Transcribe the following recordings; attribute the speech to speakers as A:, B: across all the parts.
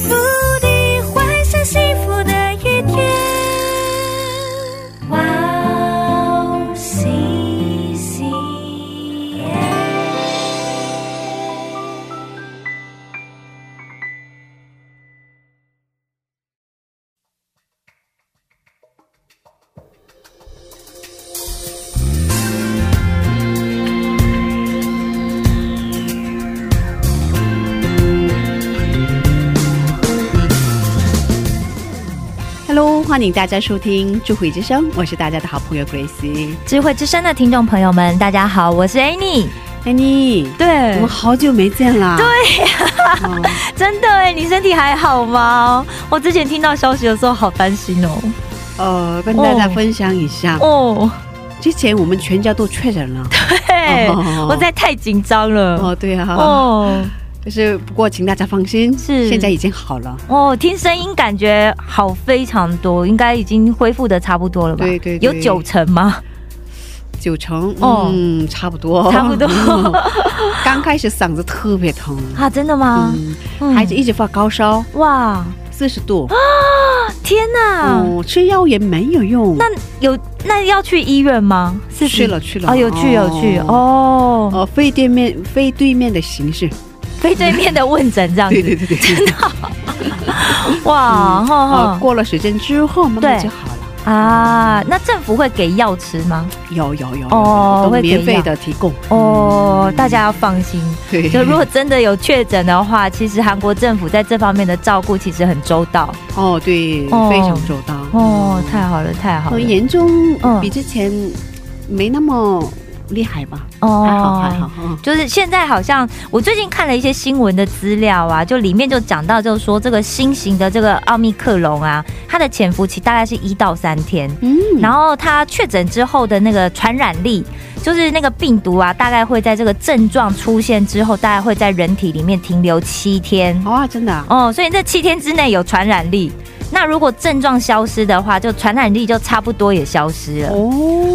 A: 福的幻想，幸福的一天。哇哦，西西耶！
B: Hello，欢迎大家收听《智慧之声》，我是大家的好朋友 Grace。
C: 智慧之声的听众朋友们，大家好，我是 Annie。
B: 哎 Annie，我
C: 对
B: 们好久没见了。对、
C: 真的哎，你身体还好吗？我之前听到消息的时候好担心哦。
B: 呃，跟大家分享一下，
C: 哦，
B: 之前我们全家都确诊了。
C: 嘿，
B: 哦
C: 我在太紧张了。
B: 哦，对啊，
C: 哦
B: 就是不过请大家放心，
C: 是
B: 现在已经好了。
C: 哦，听声音感觉好非常多，应该已经恢复的差不多了吧？
B: 对对对
C: 有九成吗？
B: 九成，
C: 哦
B: 嗯，差不多，嗯
C: 差不多
B: 刚开始嗓子特别疼，
C: 啊，真的吗？
B: 嗯，
C: 嗯
B: 孩子一直发高烧，
C: 哇，
B: 四十度，
C: 天哪！
B: 嗯，吃药也没有用。
C: 啊那有那要去医院吗？是
B: 去了去了，
C: 哦，有去有去哦，
B: 呃，非对面非对面的形式，
C: 非对面的问诊这样
B: 对
C: 子
B: 对。对对， 真的，
C: 哇，哈
B: 呃，
C: 哈
B: 过了时间之后慢慢
C: 哦对
B: 就好了。
C: 啊！那政府会给药吃吗？
B: 有有有，有
C: 哦
B: 都
C: 会给
B: 免费的提供，
C: 哦，大家要放心。
B: 对，
C: 就如果真的有确诊的话，其实韩国政府在这方面的照顾其实很周到。
B: 哦对，
C: 哦
B: 非常周到，
C: 哦，太好了，太好
B: 呃
C: 了。
B: 严重
C: 嗯
B: 比之前没那么厉害吧？
C: 哦
B: 还好还好，嗯
C: 就是现在好像我最近看了一些新闻的资料啊，就里面就讲到，就是说这个新型的这个奥密克戎啊，它的潜伏期大概是一到三天，
B: 嗯，
C: 然后它确诊之后的那个传染力，就是那个病毒啊，大概会在这个症状出现之后，大概会在人体里面停留七天。
B: 哇，真的啊，
C: 哦，所以这七天之内有传染力。那如果症状消失的话，就传染力就差不多也消失了。
B: 哦，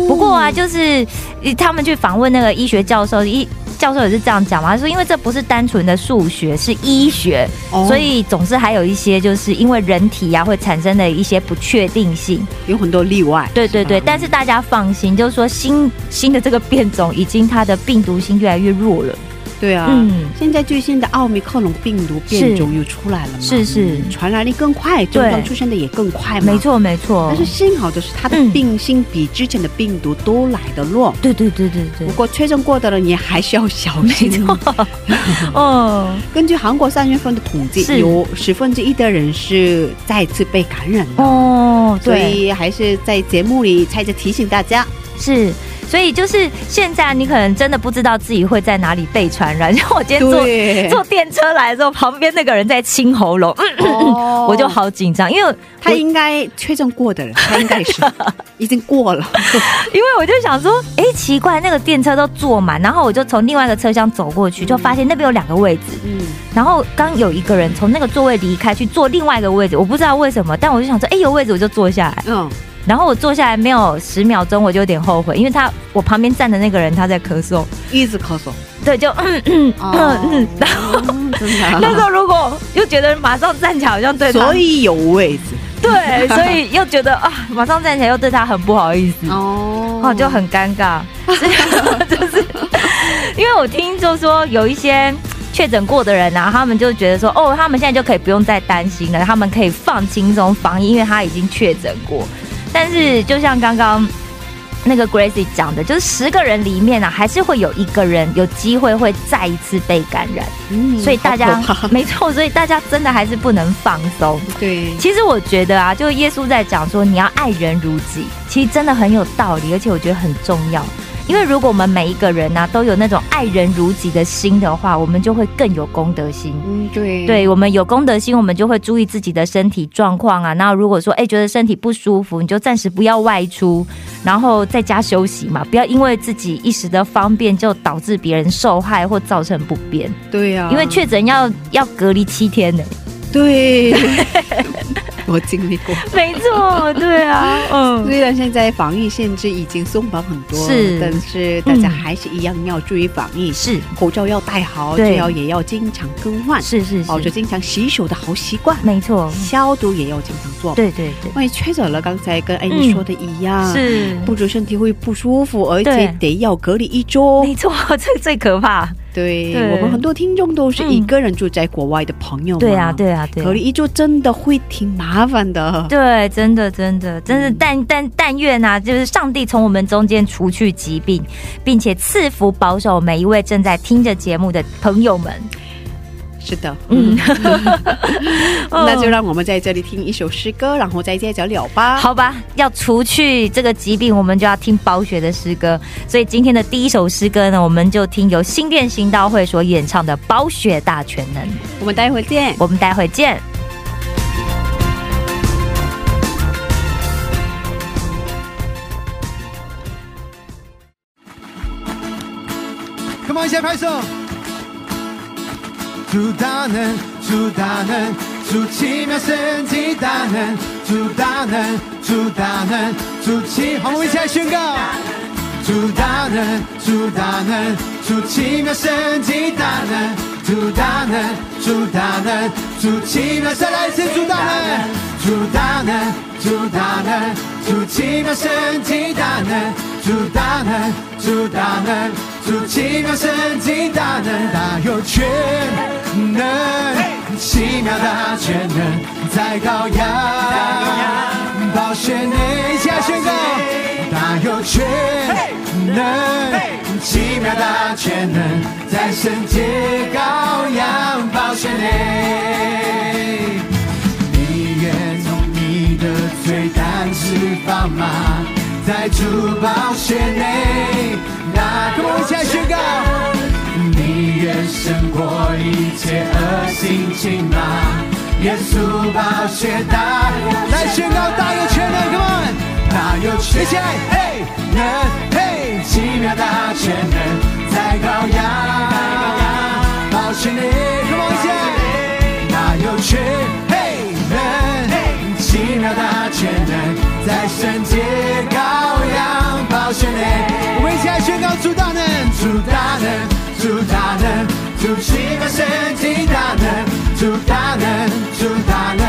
C: 不过啊，就是呃他们去访问那个医学教授，医教授也是这样讲嘛，他说因为这不是单纯的数学，是医学，
B: 哦
C: 所以总是还有一些就是因为人体呀、会产生的一些不确定性。
B: 有很多例外，
C: 对对对，
B: 吧
C: 但是大家放心，就是说新新的这个变种已经它的病毒性越来越弱了。
B: 对啊，
C: 嗯，
B: 现在最新的奥密克戎病毒变种又出来了嘛，
C: 是是
B: 嗯传染力更快，症状出现的也更快嘛，
C: 没。错没
B: 嗯
C: 错
B: 但。是幸好的是，它的
C: 嗯
B: 病性比之前的病毒都来得弱。
C: 对对对对对
B: 不，过确诊过的人也还是要小心。
C: 哦
B: 根据韩国三月份的统计，
C: 是
B: 有十分之一的人是再次被感染的，
C: 哦，
B: 所
C: 对，
B: 以还是在节目里再次提醒大家，
C: 是。所以就是现在，你可能真的不知道自己会在哪里被传染。像我今天坐
B: 对，
C: 坐电车来的时候，旁边那个人在清喉咙，嗯
B: 哦
C: 我就好紧张，因为我
B: 他应该确诊过的人，他应该 是已经过了。
C: 因为我就想说，哎、奇怪，那个电车都坐满，然后我就从另外一个车厢走过去，就发现那边有两个位置，
B: 嗯，
C: 然后刚有一个人从那个座位离开去坐另外一个位置，我不知道为什么，但我就想说，哎、有位置我就坐下来。
B: 嗯，
C: 然后我坐下来没有十秒钟，我就有点后悔，因为他我旁边站的那个人他在咳嗽，
B: 一直咳嗽。
C: 对，就嗯嗯嗯嗯。然后
B: 后真 的啊、
C: 那时候如果又觉得马上站起来好像对他，
B: 所以有位置
C: 对，所以又觉得啊，马上站起来又对他很不好意思，
B: 哦
C: 哦，就很尴 尬，就是因为我听就说有一些。确诊过的人啊，他们就觉得说，哦，他们现在就可以不用再担心了，他们可以放轻松防疫，因为他已经确诊过。但是就像刚刚那个 Gracie 讲的，就是十个人里面啊，还是会有一个人有机会会再一次被感染，
B: 嗯
C: 所以大家
B: 好 可怕
C: 没错，所以大家真的还是不能放松。
B: 对
C: 其实我觉得啊，就耶稣在讲说你要爱人如己，其实真的很有道理，而且我觉得很重要。因为如果我们每一个人呢、啊都有那种爱人如己的心的话，我们就会更有公德心。
B: 嗯，对
C: 对我们有公德心，我们就会注意自己的身体状况啊。那如果说哎觉得身体不舒服，你就暂时不要外出，然后在家休息嘛，不要因为自己一时的方便就导致别人受害或造成不便。
B: 对啊呀、
C: 因为确诊要要隔离七天呢、
B: 对，我经历过。
C: 没错，对啊，嗯。
B: 虽然现在防疫限制已经松绑很多，
C: 是
B: 但是大家还是一样要注意防疫，
C: 是
B: 口罩要戴好，
C: 对
B: 最好也要经常更换，
C: 是是
B: 保持
C: 是，
B: 经常洗手的好习惯，
C: 没错，
B: 消毒也要经常做。，
C: 对对对，
B: 万一确诊了，刚才跟艾妮
C: 嗯
B: 说的一样，
C: 是
B: 不止身体会不舒服，而且
C: 对
B: 得要隔离一周
C: 没。错， 这最可怕。
B: 对
C: 对
B: 我们很多听众都是
C: 嗯
B: 一个人住在国外的朋友嘛，
C: 对啊，对啊，对啊
B: 隔离一周真的会挺麻烦的。
C: 对，真的，真的，真是但但但愿啊，就是上帝从我们中间除去疾病，并且赐福保守每一位正在听着节目的朋友们。
B: 是的，
C: 嗯， 哦
B: 那就让我们在这里听一首诗歌，然后再接着聊吧。，
C: 好吧，要除去这个疾病，我们就要听包雪的诗歌。所以今天的第一首诗歌呢，我们就听由新店行道会所演唱的《包雪大全能》。
B: 我们待会儿见。
C: 我们待会见。
D: Come on，一起来拍手。主大能，主大能，主奇妙神迹大能，主大能，主大能，主奇，好，我们一起来宣告。主大能，主大能，主奇妙神迹大能，主大能，主大能，主奇妙，再来一次，主大能，主大能，主大能，主奇妙神迹大能，主大能，主大能，主奇妙神迹大能，大有全能，奇妙大全能，在羔羊宝血内，下宣告。大有全能，奇妙大全能，在圣洁羔羊宝血内。你愿从你的罪担释放吗？在主宝血内，那跟我一起来宣告。你愿胜过一切恶行情吗？耶稣宝血大，来宣告大有全能，Come on！大有全能，嘿，能嘿，奇妙大全能，在羔羊宝血内，Come on 一起来。大有全嘿能，奇妙大全能，在圣洁羔羊宝血内，我们一起来宣告主大能，主大能，主大能，主奇妙神迹大能，主大能，主大能，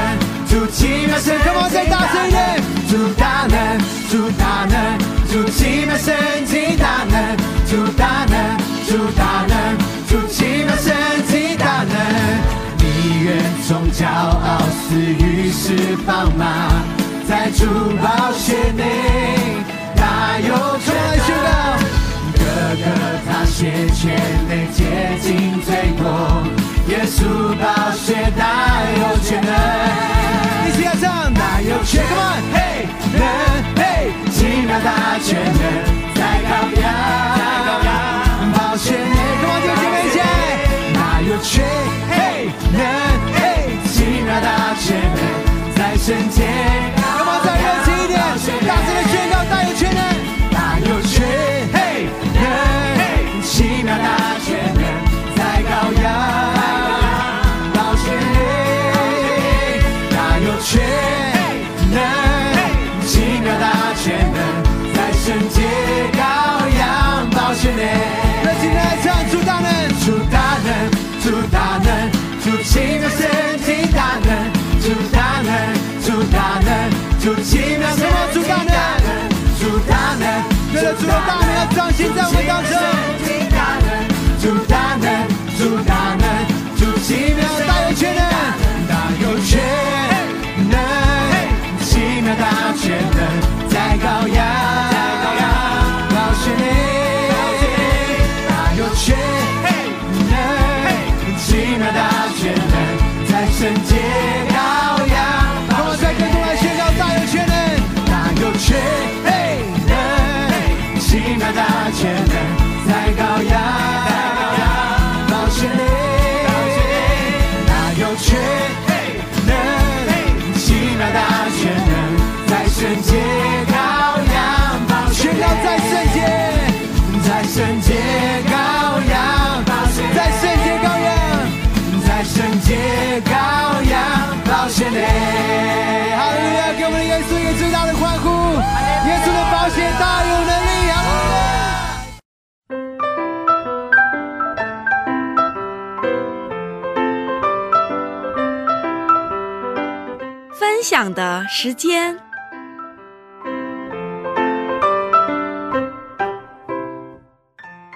D: 主奇妙神，跟我再大声一点，主大能，主大能，主奇妙神迹大能，主大能，主大能，主奇妙神迹大能。你愿从骄傲私欲释放吗？在主宝血内，大有全能。哥哥他血全内洁净罪过，耶稣宝血大有全能。一起合唱，大有全能，Come on，嘿，能嘿，奇妙大全能，在羔羊，宝血内，Come on，弟兄姐妹一起来。那有趣，嘿，能，嘿，奇妙大全能在身前。那么再热情一点，大声的宣告大有全能，大有趣，嘿，能，嘿，奇妙大全能在羔羊，宝血里，大有趣，嘿，能，奇妙大全能在圣洁羔羊宝血里。热情的唱出大能。主大能，主大能，主奇妙神迹大能，主大能，主大能，主奇妙神迹大能，主大能，为了主的大能要彰显在我们当中。主大能，主大能，主奇妙大有全能，大有全能，奇妙大全能在羔羊，高悬你，大有全能，奇妙大全能在圣洁羔羊，让我再更多来宣告大有全能，大有全能，奇妙大全稣给最大的欢呼，耶稣的保险大有能力啊！
E: 分享的时间，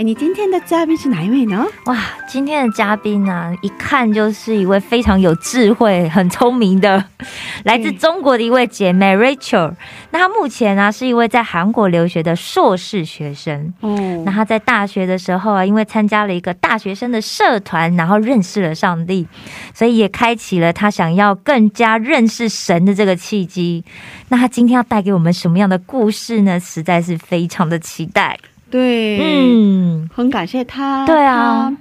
B: 哎，你今天的嘉宾是哪一位呢？
C: 哇，今天的嘉宾呢、啊，一看就是一位非常有智慧、很聪明的，
B: 嗯
C: 来自中国的一位姐妹 Rachel。那她目前呢、啊、是一位在韩国留学的硕士学生。
B: 嗯
C: 那她在大学的时候啊，因为参加了一个大学生的社团，然后认识了上帝，所以也开启了她想要更加认识神的这个契机。那她今天要带给我们什么样的故事呢？实在是非常的期待。
B: 对，，
C: 嗯，
B: 很感谢他。
C: 对啊，哦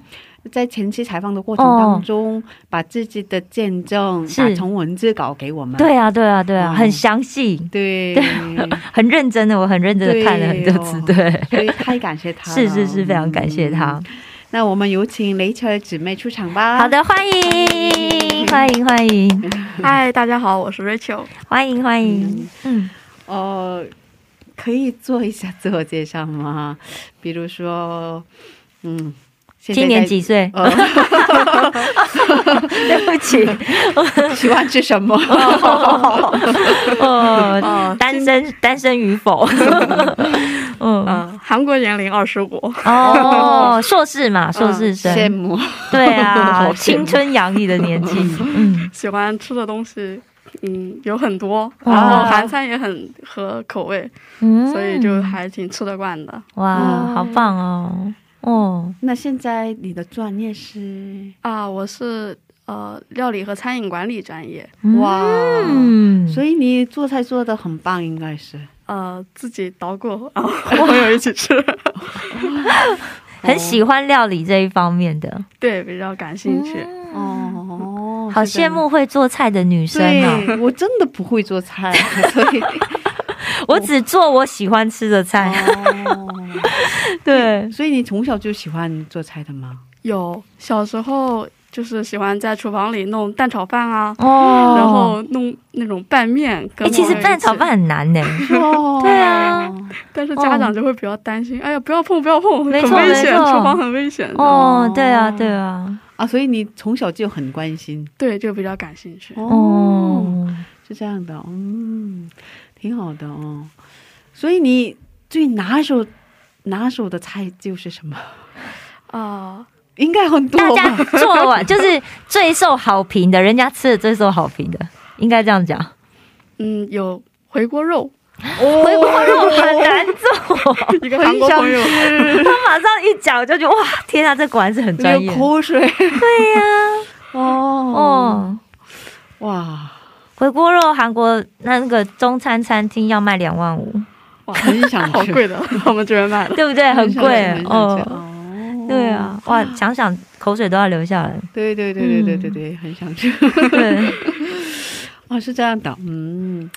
B: 在前期采访的过程当中，把自己的见证
C: 是
B: 打成文字稿给我们。
C: 对啊，对啊，对啊，
B: 嗯
C: 很详细。
B: 对，
C: 很认真的，我很认真的看了很多次，
B: 对
C: 对，
B: 所以太感谢他了。
C: 是是是，非常感谢他
B: 嗯。。那我们有请雷球姊妹出场吧。
C: 好，的，欢迎欢迎欢迎
F: 嗨，大家好，我是 Rachel。
C: 欢迎欢迎，嗯，
B: 呃，可以做一下自我介绍吗？比如说，嗯，现在
C: 今年几 岁？
B: 呃，
C: 对不起，
B: 喜欢吃 什么？
C: 哦， 单身单身与否？嗯，
F: 嗯，韩国年龄二十五。
C: 哦，硕士嘛，硕士
B: 羡
C: 生，
B: 慕。
C: 对啊
B: 嗯好羡，慕
C: 青春洋溢的年纪，嗯，
F: 喜欢吃的东西，嗯，有很多，
C: 哇
F: 然后韩餐也很合口味，
C: 哦嗯
F: 所以就还挺吃得惯的。
C: 哇，好棒哦，哦，
B: 那现在你的专业是？
F: 啊，我是呃料理和餐饮管理专业，
B: 哇，
C: 嗯，
B: 所以你做菜做的很棒，应该是。
F: 呃自己捣 鼓， 然后和朋友一起吃，
C: 很喜欢料理这一方面的，
F: 对，比较感兴趣。
C: 嗯
B: 哦，
C: 好
B: 是这
C: 羡
B: 样。
C: 慕会做菜的女生哦。
B: 对，我真的不会做菜，所 以
C: 我只做我喜欢吃的菜。
B: 哦，
C: 对，
B: 所以你从小就喜欢做菜的吗？
F: 有小时候就是喜欢在厨房里弄蛋炒饭啊。
C: 哦
F: 然后弄那种拌面
C: 哎、
F: 跟、
C: 其实蛋炒饭，很难呢、
B: 哦，
C: 对啊，
F: 但是家长就会比较担心，哎呀，不要碰，不要碰，很
C: 没错
F: 危险，
C: 没错
F: 厨房很危险的。
C: 哦，对啊，对啊，
B: 啊，所以你从小就很关心
F: 对，就比较感兴趣。
B: 哦，
C: 哦，
B: 是这样的，嗯，挺好的哦。所以你最拿手拿手的菜就是什么？
F: 啊、
B: 应该很多
C: 大
B: 吧
C: 家？做完就是最受好评的，人家吃的最受好评的，应该这样讲。
F: 嗯，有回锅肉，
C: 回锅肉很难做，
F: 哦一个韩国朋友，
C: 他马上一讲我就觉得哇，天啊，这果然是很专业
B: 流。口水
C: 对呀、
B: 哦
C: 哦，
B: 哇，
C: 回锅肉韩国那个中餐餐厅要卖两万五，
F: 哇，
B: 很想吃
F: 好贵的，他们居然卖了。
C: 对不对？很贵
B: 很想吃
C: 哦。
B: 哦
C: 对啊，哇，想想口水都要流下来。
B: 对对对对对对
C: 嗯
B: 对，很想吃
C: 对，
B: 哦，是这样的，嗯，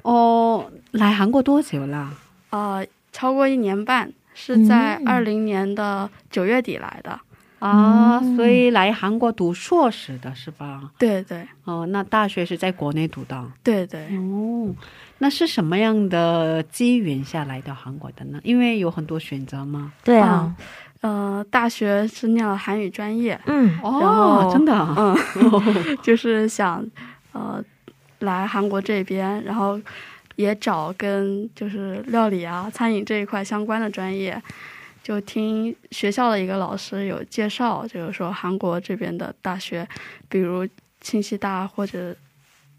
B: 哦，来韩国多久啦？
F: 啊、超过一年半，是在
C: 嗯
F: 二零年的九月底来的。
B: 啊，
C: 嗯
B: 所以来韩国读硕士的是吧？
F: 对对
B: 哦，那大学是在国内读的。
F: 对对，
B: 哦，那是什么样的机缘下来到韩国的呢？因为有很多选择吗？
C: 对啊，
F: 呃，大学是念了韩语专业，
C: 嗯，
F: 然后
B: 真的啊，
F: 嗯，就是想呃来韩国这边，然后也找跟就是料理啊、餐饮这一块相关的专业，就听学校的一个老师有介绍，就是说韩国这边的大学，比如庆熙大或者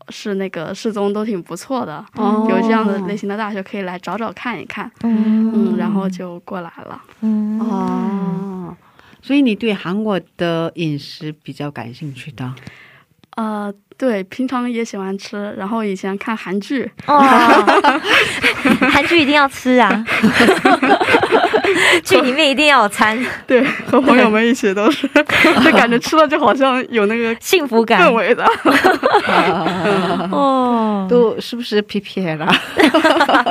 F: 是那个世宗都挺不错的，
B: 哦
F: 有这样的类型的大学可以来找找看一看，
C: 嗯
F: 嗯，然后就过来了。
C: 嗯，
B: 哦，所以你对韩国的饮食比较感兴趣的。
F: 呃，对，平常也喜欢吃，然后以前看韩剧，
C: 哦，韩剧一定要吃啊！去里面一定要有餐，
F: 对，和朋友们一起都是，就感觉吃了就好像有那个
C: 幸福感
F: 氛围的。
C: 哦，
B: 都是不是 PPL 啊？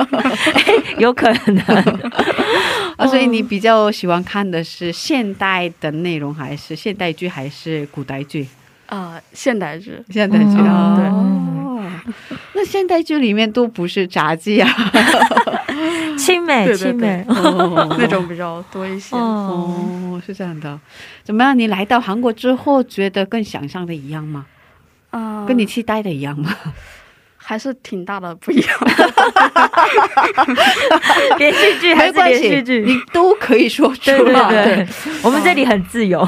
C: 有可能。
B: 啊，所以你比较喜欢看的是现代的内容，还是现代剧，还是古代剧？
F: 啊、现代剧
B: 现代剧啊，
C: 嗯
B: 对。 那现代剧里面都不是杂技啊，
C: 亲美，
F: 对对嗯
C: 亲美。
F: 那种比较多一些。
C: 哦，
B: 哦，是这样的。怎么样？你来到韩国之后，觉得跟想象的一样吗？
C: 呃
F: 啊、
B: 跟你期待的一样吗？
F: 还是挺大的 不一样。
C: 连续剧 还
B: 没
C: 是
B: 关
C: 连
B: 系
C: 续，剧，
B: 你都可以说出
C: 对对
B: 来。
C: 对，我们这里很自由。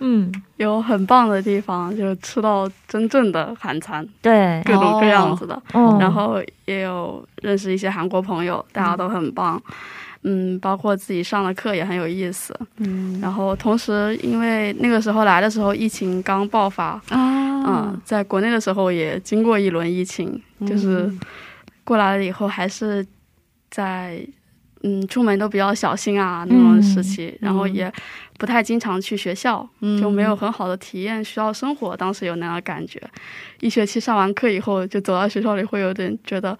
C: 嗯，
F: 有很棒的地方，就是吃到真正的韩餐，
C: 对，
F: 各种各样子的。
C: 哦
F: 然后也有认识一些韩国朋友，大家都很棒。嗯，包括自己上的课也很有意思。
B: 嗯
F: 然后同时，因为那个时候来的时候疫情刚爆发，
B: 啊
F: 嗯，，在国内的时候也经过一轮疫情，
B: 嗯
C: 嗯
F: 就是过来了以后还是在嗯出门都比较小心啊
C: 嗯
F: 那种时期，然后也不太经常去学校，
C: 嗯
F: 就没有很好的体验学校生活。当时有那样的感觉，一学期上完课以后，就走到学校里会有点觉得。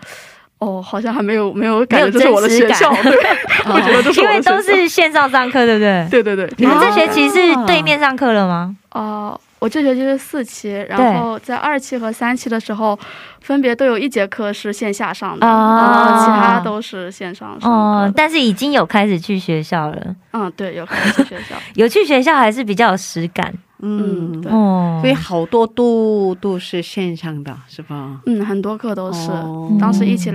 F: 哦，好像还没有没有感觉这是我的学校，对， 我觉得这是
C: 因
F: 我的
C: 为
F: 学校，
C: 都是线上上课，对不对？
F: 对对对，啊
C: 你们这学期是对面上课了吗？
F: 哦，我这学期是四期，然后在二期和三期的时候，分别都有一节课是线下上的，
C: 啊
F: 然后其他都是线上上
C: 哦、
F: 的。
C: 但是已经有开始去学校了，
F: 嗯，对，有开始学校，
C: 有去学校还是比较有实感
F: 嗯，
B: 嗯，
F: 对，
C: 哦。
B: 所以好多都都是线上的，是吧？
F: 嗯，很多课都是，
B: 哦
F: 当时一起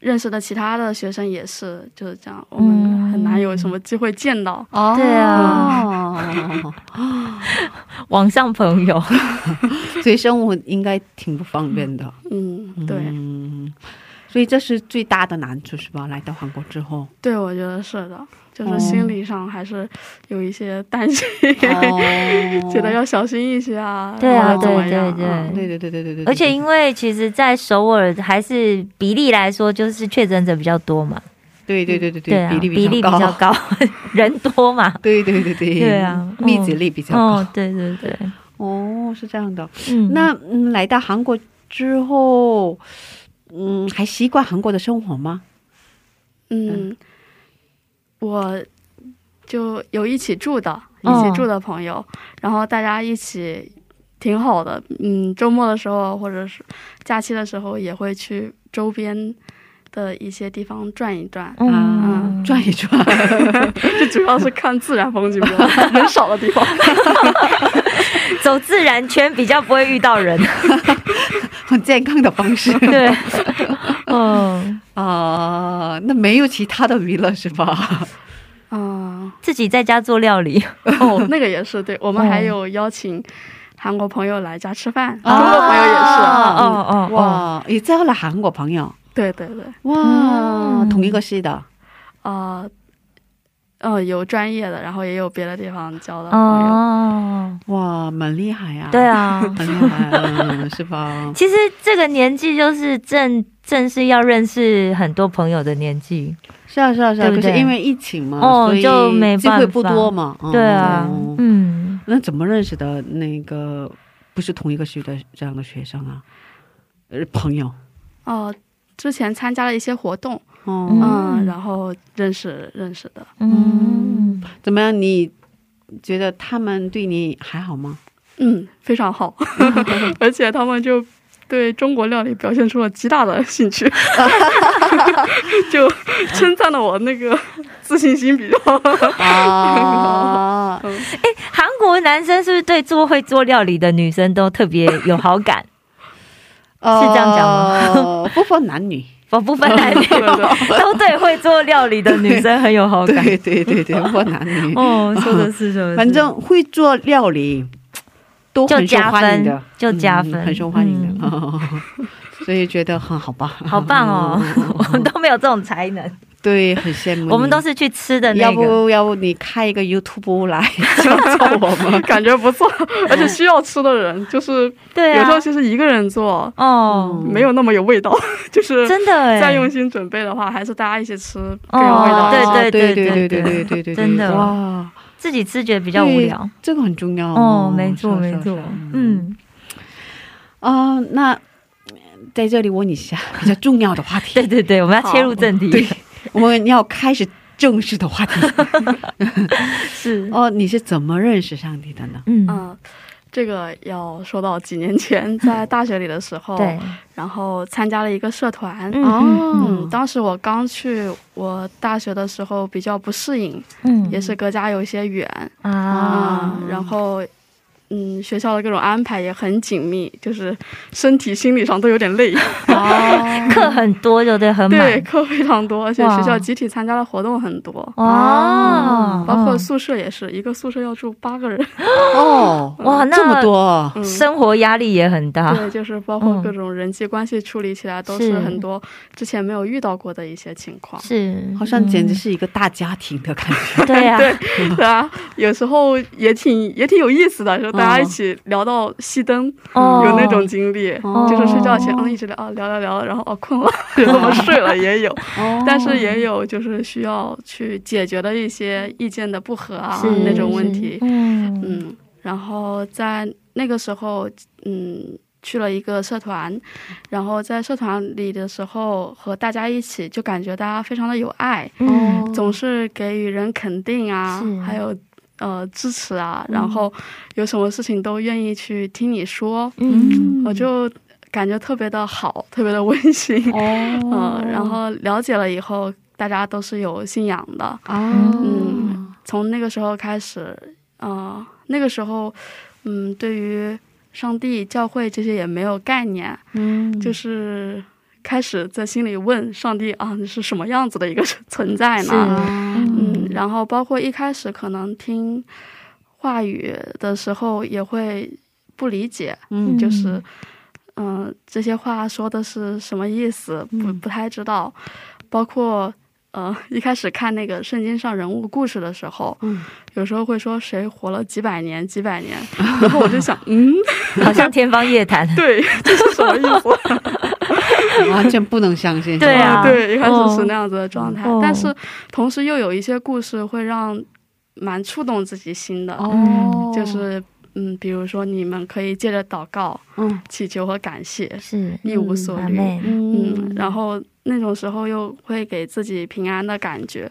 F: 认识的其他的学生也是，就是这样，我们很难有什么机会见到。
B: 哦
C: 对
B: 啊，
C: 网上朋友，
B: 所以生活应该挺不方便的。
F: 嗯，对，
B: 嗯，所以这是最大的难处，是吧？来到韩国之 后，
F: 对，我觉得是的，就是心理上还是有一些担心， 觉得要小心一些啊。
C: 哦对啊
F: 然后怎么样
C: 对对对
F: 嗯
B: 哦对对对对对对，
C: 而且因为其实，在首尔还是比例来说，就是确诊者比较多嘛，
B: 对对对对
C: 对
B: 对
C: 啊，
B: 比例
C: 比例比较
B: 高，
C: 高， 人多嘛，
B: 对对对对，
C: 对啊
B: 密集力比较
C: 哦
B: 高，，
C: 对对对，
B: 哦，是这样的。
C: 嗯，
B: 那嗯，来到韩国之后，嗯，还习惯韩国的生活吗？
F: 嗯，我就有一起住的，一
C: 哦
F: 起住的朋友，然后大家一起挺好的。嗯，周末的时候或者是假期的时候，也会去周边的一些地方转一 转。
B: 啊，
C: 嗯，
B: 转一转，
F: 这主要是看自然风景比 较人少的地方。
C: 走自然圈比较不会遇到人，
B: 很健康的方式。
C: 对，嗯，
B: 啊、那没有其他的娱乐是吧？
F: 啊、
C: 自己在家做料 理，
F: 哦，那个也是，对我们还
C: 哦
F: 有邀请韩国朋友来家吃饭，
B: 啊
F: 中国朋友也是。
C: 哦哦哦，哇，
B: 哇，也交了韩国朋友，
F: 对对对，
B: 哇，
C: 嗯
B: 同一个系的。
F: 啊、呃，有专业的，然后也有别的地方交
B: 哎
F: 的朋友。
C: 哦，
B: 哇，蛮厉害呀、
C: 对，啊，
B: 很厉害，嗯，是吧？
C: 其实这个年纪就是正正是要认识很多朋友的年纪，
B: 是啊，是啊，是啊。
C: 对不对
B: 可是因为疫情嘛，
C: 哦
B: 所以
C: 就没
B: 机
C: 办法
B: 会不多嘛。嗯
C: 对啊，
B: 哦
C: 嗯，
B: 那怎么认识的那个不是同一个系的这样的学生啊？呃，朋友。
F: 哦、之前参加了一些活动，
B: 哦，
F: 嗯，
C: 嗯
F: 然后认识认识的，
C: 嗯，
B: 怎么样？你觉得他们对你还好吗？
F: 嗯，非 常好，而且他们就对中国料理表现出了极大的 兴趣， 就称赞了我那个自信心比较。
B: 啊，
C: 韩国男生是不是对做会做料理的女生都特别有好 感？是这样讲吗
B: 呃？不分男 女。
C: 我不分男女，哦都对会做料理的女生很有好感。
B: 对对对 对，不分男女。
C: 哦，说 的是说的是，
B: 反正会做料理都
C: 就
B: 很受
C: 加
B: 欢迎
C: 分
B: 的，，嗯
C: 就加分，
B: 嗯很受欢迎的。
C: 嗯
B: 哦所以觉得很好吧，
C: 好棒哦
B: 嗯嗯嗯！
C: 我们都没有这种才能，
B: 对，很羡慕你。
C: 我们都是去吃的
B: 要
C: 那个。
B: 不要不你开一个 YouTube 来教教我们？
F: 感觉不错，而且需要吃的人，就是
C: 对
F: 有时
C: 啊
F: 候，其实一个人做
C: 哦，
F: 没有那么有味道， 就是
C: 真的哎，
F: 再用心准备的话，还是大家一起吃 更有味 道。
C: 哦，对
B: 对
C: 对
B: 对
C: 对
B: 对对
C: 对，
B: 对对，
C: 真的
B: 哇，
C: 自己吃觉得比较无聊。
B: 这个很重要
C: 哦，没错
B: 是啊
C: 没
B: 是
C: 错
B: 啊是啊，
C: 嗯，
B: 啊、那呃在这里问一下比较重要的话题，
C: 对对对，我们要切入正
B: 对
C: 题，
B: 我们要开始正式的话题
C: 是，
B: 哦。你是怎么认识上帝的呢？
C: 嗯，
F: 嗯，这个要说到几年 前在大学里的时候，
C: 对，
F: 然后参加了一个社团。
C: 嗯
F: 嗯，
B: 哦，
F: 当时我刚去我大学的时候比较不适应，
C: 嗯
F: 也是隔家有些远
C: 啊，
F: 啊、然后嗯，学校的各种安排也很紧密，就是身体心理上都有点 累。
C: 课很多就对，很
F: 对，
C: 满
F: 课非常多，而且
C: 哇
F: 学校集体参加的活动很多，
C: 哦，
F: 包括宿舍也是，一个宿舍要住八个人。
B: 哦，
C: 哇，那
B: 这么多，
F: 嗯，
C: 生活压力也很大，
F: 对，就是包括
C: 嗯
F: 各种人际关系处理起来都
C: 是。
F: 是很多之前没有遇到过的一些情况
C: 是，
B: 好像简直是一个大家庭的感觉。
C: 嗯对呀，
F: 对啊，有时候也挺也挺有意思的，就大家一起聊到熄灯，
C: 嗯哦
F: 有那种经历，
B: 哦
F: 就是睡觉前嗯一直聊啊聊聊聊，然后哦困了，就这么睡了也有，
B: 哦
F: 但是也有就是需要去解决的一些意见的不合啊
C: 是
F: 那种问题，
C: 嗯
F: 嗯，然后在那个时候，嗯，去了一个社团，然后在社团里的时候和大家一起，就感觉大家非常的有爱，
B: 哦
C: 嗯
F: 总是给予人肯定啊
C: 是，嗯
F: 还有呃支持啊，然后有什么事情都愿意去听你说，
C: 嗯
F: 我就感觉特别的好，特别的温馨。
B: 哦
F: 嗯，然后了解了以后，大家都是有信仰的，
B: 啊，
F: 嗯，从那个时候开始，呃，那个时候，嗯，对于上帝、教会这些也没有概念，
B: 嗯
F: 就是开始在心里问上帝啊，你是什么样子的一个存在
C: 是
F: 呢？
B: 啊
F: 嗯
C: 嗯，
F: 然后包括一开始可能听话语的时候也会不理解，
B: 嗯
F: 就是。嗯、这些话说的是什么意思？
B: 嗯
F: 不不太知道。包括呃，一开始看那个圣经上人物故事的时候，
B: 嗯
F: 有时候会说谁活了几百年、几百年，然后我就想，嗯，
C: 好像天方夜谭，
F: 对，这是什么意思？啊
B: 完全不能相信。
C: 嗯对啊
F: 对，一开始
C: 哦
F: 是那样子的状态，
C: 哦
F: 但是同时又有一些故事会让蛮触动自己心的，
B: 哦，
F: 就是嗯，比如说你们可以借着祷告、
B: 嗯
F: 祈求和感谢，
C: 是
F: 一无所
C: 阿
F: 虑。
C: 妹，
F: 嗯，
B: 嗯
F: 然后那种时候又会给自己平安的感觉，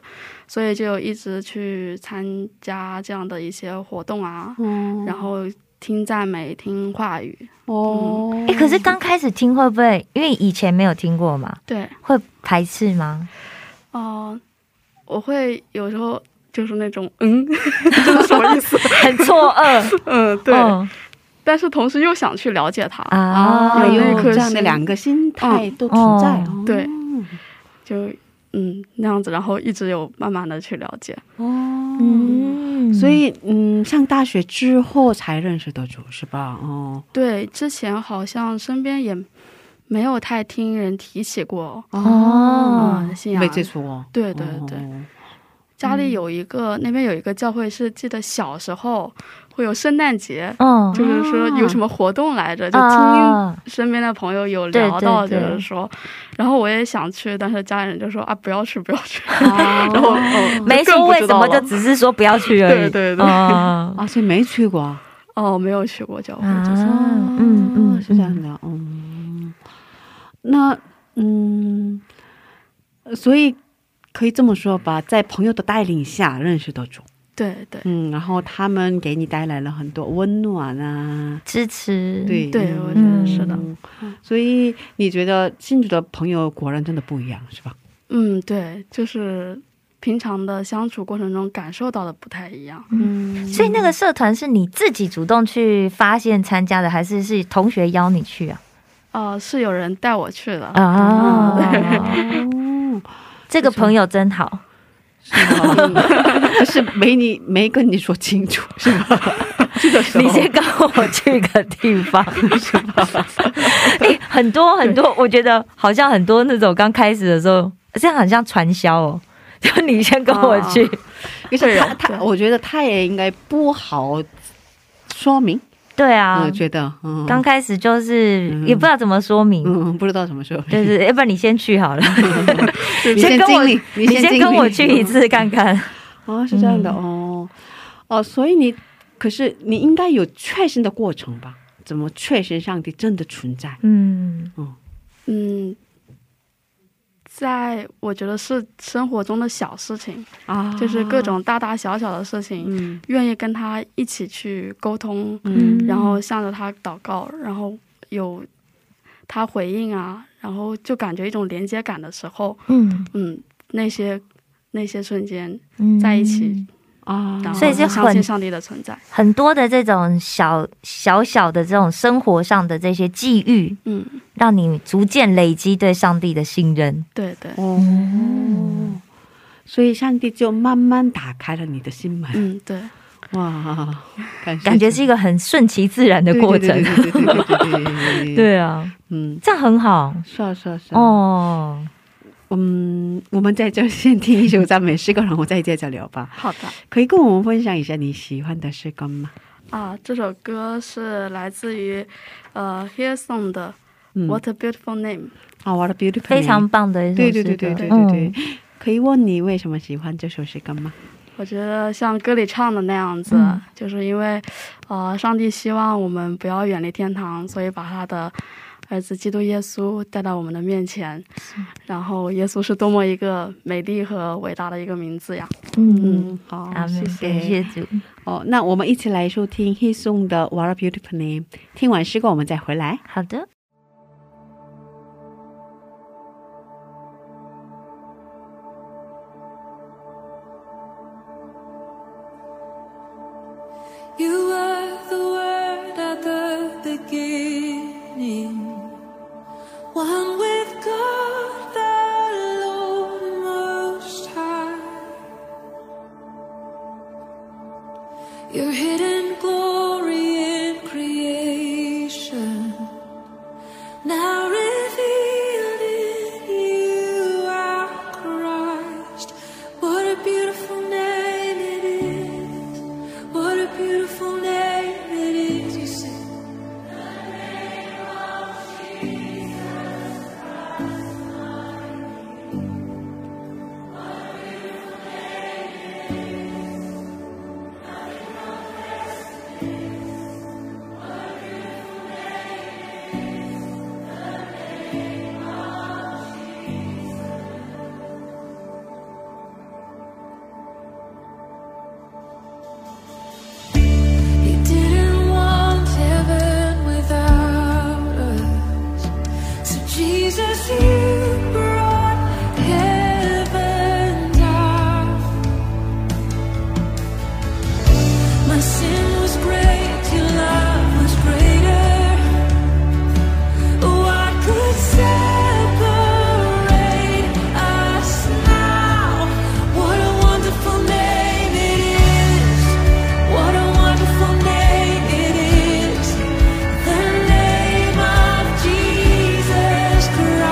F: 所以就一直去参加这样的一些活动啊，
B: 嗯
F: 然后听赞美、听话语，
B: 哦，
C: 哎，可是刚开始听会不会，因为以前没有听过嘛，
F: 对，
C: 会排斥吗？
F: 哦、我会有时候就是那种嗯，这是什么意思？
C: 很错愕，
F: 嗯，对，
C: 嗯
F: 但是同时又想去了解它，
C: 啊，
B: 啊，
F: 嗯
B: 有
F: 有那一颗
B: 这样的
F: 心
B: 两个心态都存在
C: 哦，
B: 哦
F: 对就嗯那样子，然后一直有慢慢的去了解，
B: 哦，
C: 嗯，
B: 所以嗯，上大学之后才认识的主是吧？哦，
F: 对，之前好像身边也没有太听人提起过，
C: 哦
F: 嗯，信仰
B: 没接触哦，
F: 对对对
B: 哦
F: 家
C: 嗯
F: 里有一个，那边有一个教会，是记得小时候会有圣诞节，
C: 嗯，
F: 就是说有什么活动来着，就听
C: 啊，
F: 身边的朋友有
C: 对
F: 聊到，就
C: 对对
F: 是说，然后我也想去，但是家里人就说啊，不要去，不要去，
B: 啊
F: 然后哦，
C: 没
F: 更
C: 说
F: 不
C: 为
F: 知
C: 什
F: 道
C: 么，就
F: 了
C: 只是说不要去而已，
F: 对对 对
C: 嗯
B: 啊，所以没去过啊，哦
F: 哦，没有去过教会，
C: 啊
F: 就是
C: 嗯嗯，
B: 是这样的，嗯，那嗯，所以可以这么说吧，在朋友的带领下认识的主，
F: 对对
B: 嗯，然后他们给你带来了很多温暖啊，
C: 支持，
B: 对
F: 对，
B: 嗯
F: 我觉得是的，
B: 嗯所以你觉得信主的朋友果然真的不一样，是吧？
F: 嗯，对，就是平常的相处过程中感受到的不太一样，
B: 嗯，
C: 所以那个社团是你自己主动去发现参加的，还是是同学邀你去啊？
F: 呃，是有人带我去的，
C: 啊，
B: 哦，
C: 这个朋友真好，
B: 是吗？就是 没你没跟你说清楚，是吧？去的时候
C: 你先跟我去一个地方，是吧？ 哎，很多很多，我觉得好像很多那种刚开始的时候，这样很像传销哦。 就你先跟我去，
B: 可是他
F: 对
B: 他，我觉得他也应该不好说明，
C: 对啊
B: 我，觉得，嗯，
C: 刚开始就是
B: 嗯
C: 也不知道怎么说明，
B: 嗯不知道什么时候，
C: 就是要不然你先去好了，
B: 你先
C: 跟我
B: 经历，
C: 你
B: 先
C: 先
B: 经
C: 跟
B: 历
C: 我去一次嗯看看。
B: 哦，是这样的、哦，哦，所以你可是你应该有确信的过程吧？怎么确信上帝真的存在？
C: 嗯
F: 嗯，在我觉得是生活中的小事情，
B: 啊
F: 就是各，种大大小小的事情，
B: 嗯
F: 愿意跟他一起去沟通，
B: 嗯
F: 然后向着他祷告，然后有他回应啊，然后就感觉一种连接感的时候，
C: 嗯
F: 嗯，那些那些瞬间，
C: 嗯
F: 在一起
B: 啊，
F: 然后
C: 所以是
F: 相
C: 很
F: 信上帝的存在，
C: 很多的这种小小小的这种生活上的这些际遇，
F: 嗯，
C: 让你逐渐累积对上帝的信任。
F: 对对，
B: 哦，所以上帝就慢慢打开了你的心门，
F: 嗯对，
B: 哇，感 谢
C: 感觉是一个很顺其自然的过程。
B: 对对对对对对对对
C: 对啊，
B: 嗯，
C: 这样很好
B: 是啊是啊是啊，哦，
C: 哦。
B: 嗯，我们在这先听一首赞美诗歌，然后再接着聊吧。
F: 好的。
B: 可以跟我们分享一下你喜欢的诗歌吗？
F: 啊，这首歌是来自于呃 Hillsong 的
B: 嗯
F: 《What a Beautiful Name》。
B: 啊，What a beautiful，
C: 非
B: name
C: 常棒的一首
B: 对
C: 诗歌，
B: 对对对对
C: 嗯
B: 对对。可以问你为什么喜欢这首诗歌吗？
F: 我觉得像歌里唱的那样子，
C: 嗯
F: 就是因为呃，上帝希望我们不要远离天堂，所以把他的儿子基督耶稣带到我们的面前。然后，耶稣是多么一个美丽和伟大的一个名字呀！
C: 嗯，
B: 好
C: 阿门，感
B: 谢谢。
C: 谢主。
B: 哦，那我们一起来收听 He Song 的《What a Beautiful Name》。听完诗歌，我们再回来。
C: 好的，
G: You were the Word at the beginning, one with God the Lord Most High. Your hidden glory in creation, now revealed in you are Christ. What a beautiful name it is! What a beautiful name it is! You sing. He didn't want heaven without us. So Jesus, you brought heaven down. My sin was great, your love was greater. What could separate us now? What a wonderful name it is. What a wonderful name it is. The name of Jesus Christ.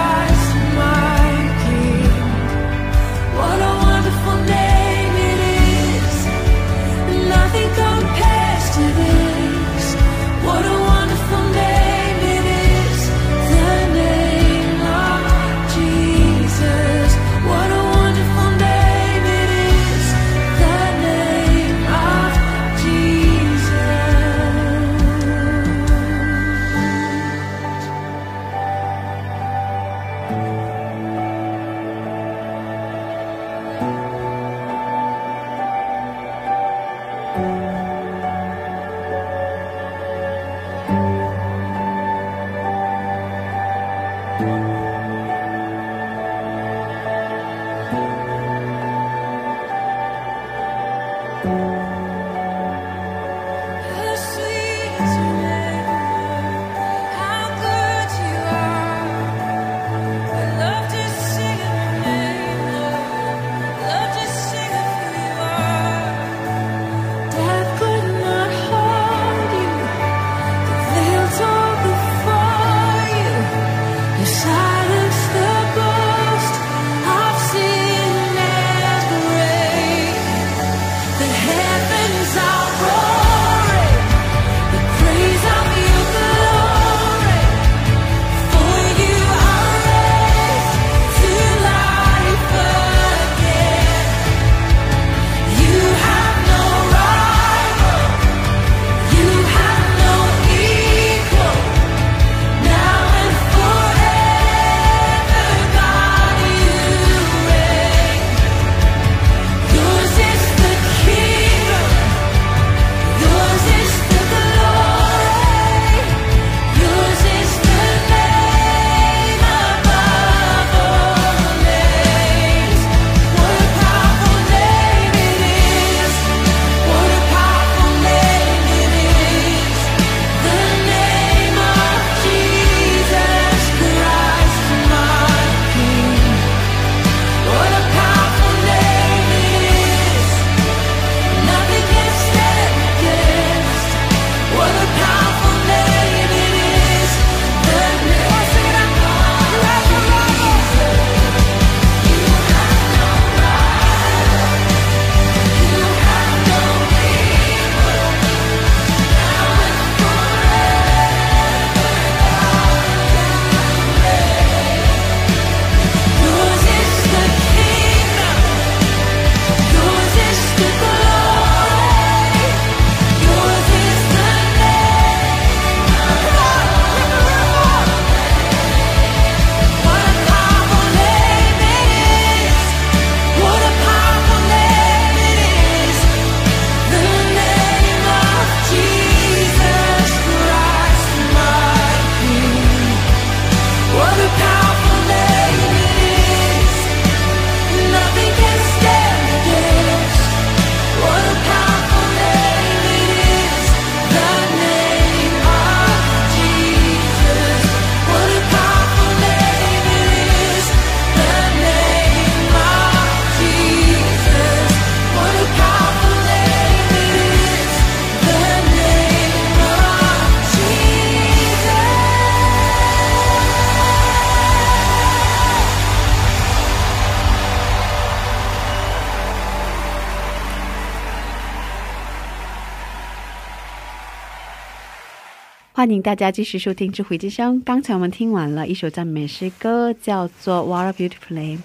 B: 欢迎大家继续收听《智慧之声》。刚才我们听完了一首赞美诗歌，叫做《What a Beautiful Name》。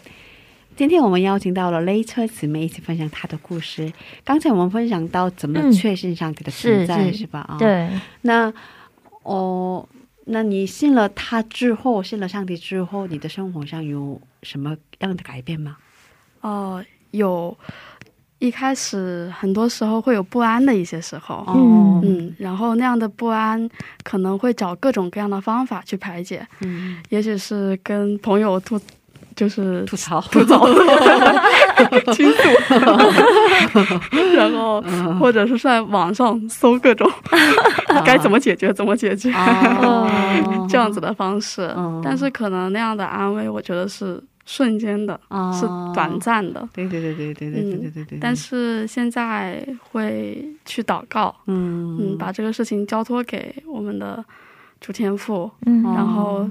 B: 今天我们邀请到了雷车姊妹一起分享她的故事。刚才我们分享到怎么
C: 嗯
B: 确信上帝的存在，
C: 是是
B: 是吧？啊、。
C: 对，
B: 那哦，那你信了他之后，信了上帝之后，你的生活上有什么样的改变吗？
F: 哦、有一开始很多时候会有不安的一些时候，
B: 哦，
F: 嗯，然后那样的不安可能会找各种各样的方法去排解，
B: 嗯，
F: 也许是跟朋友吐，就是
B: 吐槽，
F: 吐 槽，倾诉，然后
B: 嗯
F: 或者是在网上搜各种
B: 啊
F: 该怎么解决，怎么解决，
B: 哦
F: 这样子的方式
B: 嗯。
F: 但是可能那样的安慰，我觉得是瞬间的，
B: 哦
F: 是短暂的。
B: 对对对对对对对对对对。
F: 嗯但，是现在会去祷告，
B: 嗯
F: 嗯，把这个事情交托给我们的主天父，
C: 嗯
F: 然后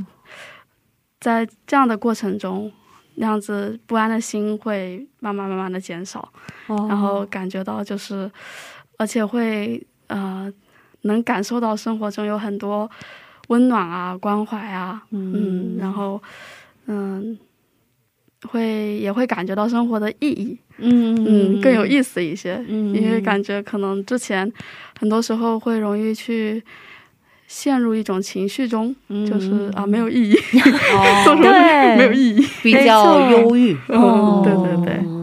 F: 在这样的过程中，那样子不安的心会慢慢慢慢的减少，
B: 哦
F: 然后感觉到就是，而且会呃，能感受到生活中有很多温暖啊、关怀啊，嗯，然后嗯。会也会感觉到生活的意义，
B: 嗯
F: 嗯，更有意思一些，
B: 嗯
F: 因为感觉可能之前很多时候会容易去陷入一种情绪中，就是啊没有意义， 做
B: 哦
F: 出
C: 对
F: 没有意义，
B: 比较忧郁。
C: 哦
F: 嗯，对对对。
B: 嗯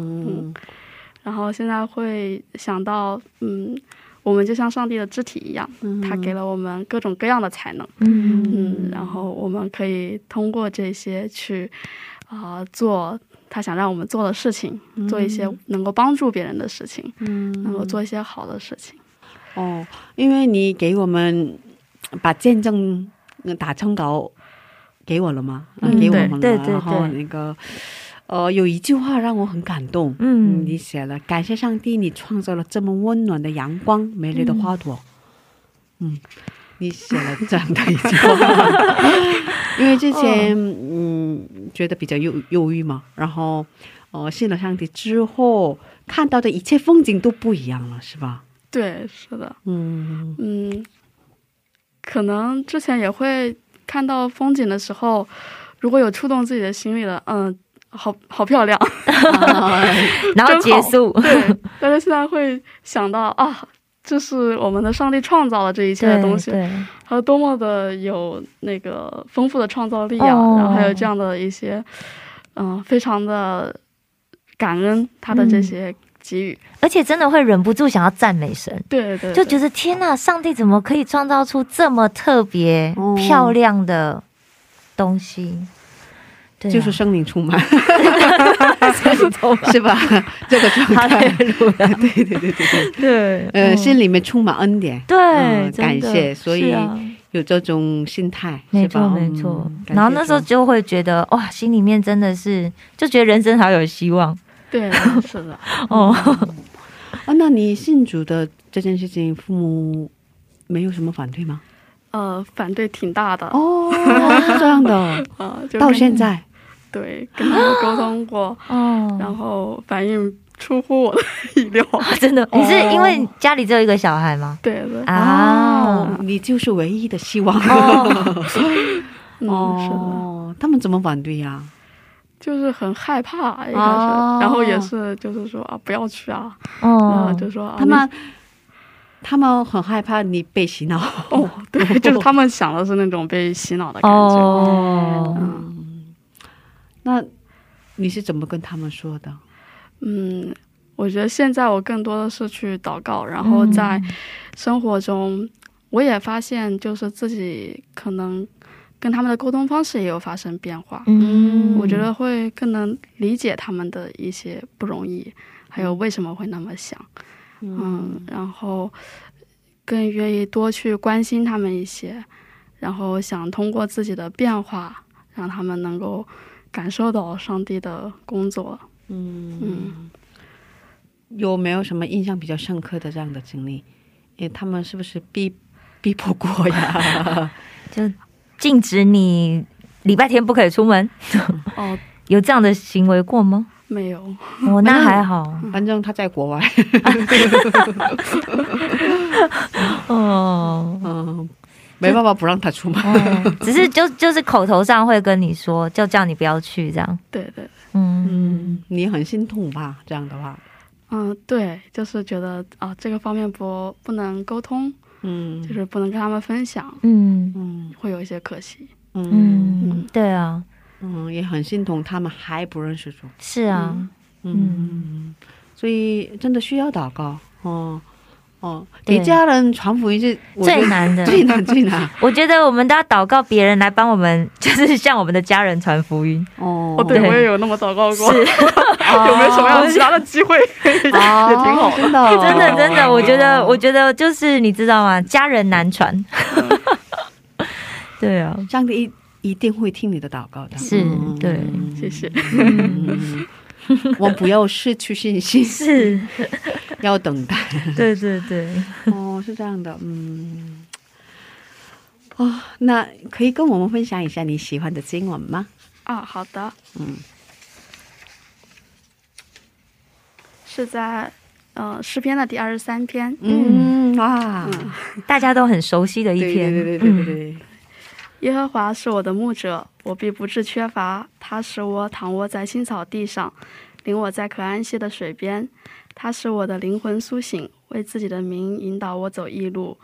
F: 然后现在会想到，嗯，我们就像上帝的肢体一样，他给了我们各种各样的才能，
C: 嗯
F: 嗯，然后我们可以通过这些去啊、做他想让我们做的事情，做一些能够帮助别人的事情，
B: 嗯
F: 能够做一些好的事情。
B: 哦，因为你给我们把见证打成稿给我了吗？啊
F: 嗯
B: 给我们了，
C: 对对对
B: 然后那个。呃，有一句话让我很感动，
C: 嗯
B: 你写了，感谢上帝，你创造了这么温暖的阳光，美丽的花朵，嗯，你写了这样的一句话，因为之
C: 哦
B: 前、嗯觉得比较忧忧郁嘛，然后呃信了上帝之后，看到的一切风景都不一样了，是吧？
F: 对，是的，
B: 嗯，
F: 嗯，可能之前也会看到风景的时候，如果有触动自己的心里的，嗯，好好漂亮，
C: 然后结束，
F: 对。但是现在会想到啊，这是我们的上帝创造了这一切的东西，
C: 对，
F: 还有多么的有那个丰富的创造力啊，
C: 哦
F: 然后还有这样的一些，嗯、非常的感恩他的这些给予，
C: 而且真的会忍不住想要赞美神，
F: 对对，
C: 就
F: 对
C: 觉得天呐，上帝怎么可以创造出这么特别、
B: 哦
C: 漂亮的东西？对啊、
B: 就是生灵充满，
C: 充满
B: 是吧？这个状
C: 哈
B: 态，
C: 利路亚，
B: 对对对对对，
C: 对，
B: 呃，
C: 嗯
B: 心里面充满恩典，
C: 对、
B: 嗯
C: 真的
B: 感谢所以
C: 是啊
B: 有这种心态，
C: 没
B: 是
C: 错
B: 吧
C: 没错
B: 嗯、。感谢
C: 然后那时候
B: 主
C: 就会觉得哇，心里面真的是就觉得人生好有希望
F: 对，对是的。
C: 哦。
B: 啊，那你信主的这件事情，父母没有什么反对吗？
F: 呃，反对挺大的，
B: 哦，是这样 的，
F: 啊，就
B: 到
F: 跟
B: 现在，
F: 对跟他们沟通过，
C: 哦，
F: 然后反应出乎我的意料，
C: 真的，你是因为家里只有一个小孩吗？
F: 对的，
C: 啊
B: 哦，，你就是唯一的希望
C: 哦，
F: 嗯，是的，
B: 哦。他们怎么反对呀？
F: 就是很害怕一开始，
B: 哦
F: 然后也是就是说啊，不要去啊，然后
C: 哦，
F: 就说、啊、
B: 他们他们很害怕你被洗脑。
F: 你哦， 对，就是他们想的是那种被洗脑的感觉，
C: 哦，
B: 那你是怎么跟他们说的？
F: 嗯。我觉得现在我更多的是去祷告，然后在生活中，我也发现就是自己可能跟他们的沟通方式也有发生变化。
C: 嗯
F: 我觉得会更能理解他们的一些不容易，还有为什么会那么想，嗯，然后更愿意多去关心他们一些，然后想通过自己的变化，让他们能够感受到上帝的工作，
B: 嗯
F: 嗯，
B: 有没有什么印象比较深刻的这样的经历？诶，他们是不是逼逼迫过 呀？
C: 就禁止你礼拜天不可以出门，
F: 哦，
C: 有这样的行为过吗？
F: 没有，
C: 哦，那还好，
B: 反正他在国外，
C: 哦，
B: 嗯， 没办法不让他出门。
C: 哦，只是就就是口头上会跟你说，就叫你不要去这样。
F: 对对，
C: 嗯，
B: 嗯，你很心痛吧？这样的话，
F: 嗯，对，就是觉得啊，这个方面不不能沟通，
B: 嗯
F: 就是不能跟他们分享，
C: 嗯
B: 嗯
F: 会有一些可惜。
B: 嗯
C: 嗯，对啊，
B: 嗯，也很心痛，他们还不认识主，
C: 是啊，
B: 嗯，所以真的需要祷告，哦哦，
C: 对
B: 给家人传福音是嗯我觉得
C: 最难的。
B: 最难最难
C: 我觉得我们都要祷告别人来帮我们，就是向我们的家人传福音。
B: 哦
F: 哦，对
C: 对
F: 我 也有那么祷告过，有没有什么样其他的机会 也挺好
B: 哦
F: 的。
B: 真的哦
C: 真的，真的，我觉得，我觉得就是你知道吗？家人难传。 对啊，
B: 上帝一一定会听你的祷告的，
C: 是
B: 嗯
C: 对
F: 谢谢。
B: 嗯 我们不要失去信心，
C: 是，
B: 要等 待。
C: 对对对，
B: 哦，是这样的，嗯，哦，那可以跟我们分享一下你喜欢的经文吗？
F: 啊，好的，
B: 嗯，
F: 是在呃诗篇的第二十三篇，
B: 嗯，哇，
C: 大家都很熟悉的一嗯
B: 对对
C: 篇。
B: 对对对对
F: 耶和华是我的牧者，我必不致缺乏。他使我躺卧在青草地上，领我在可安息的水边。他使我的灵魂苏醒，为自己的名引导我走义路。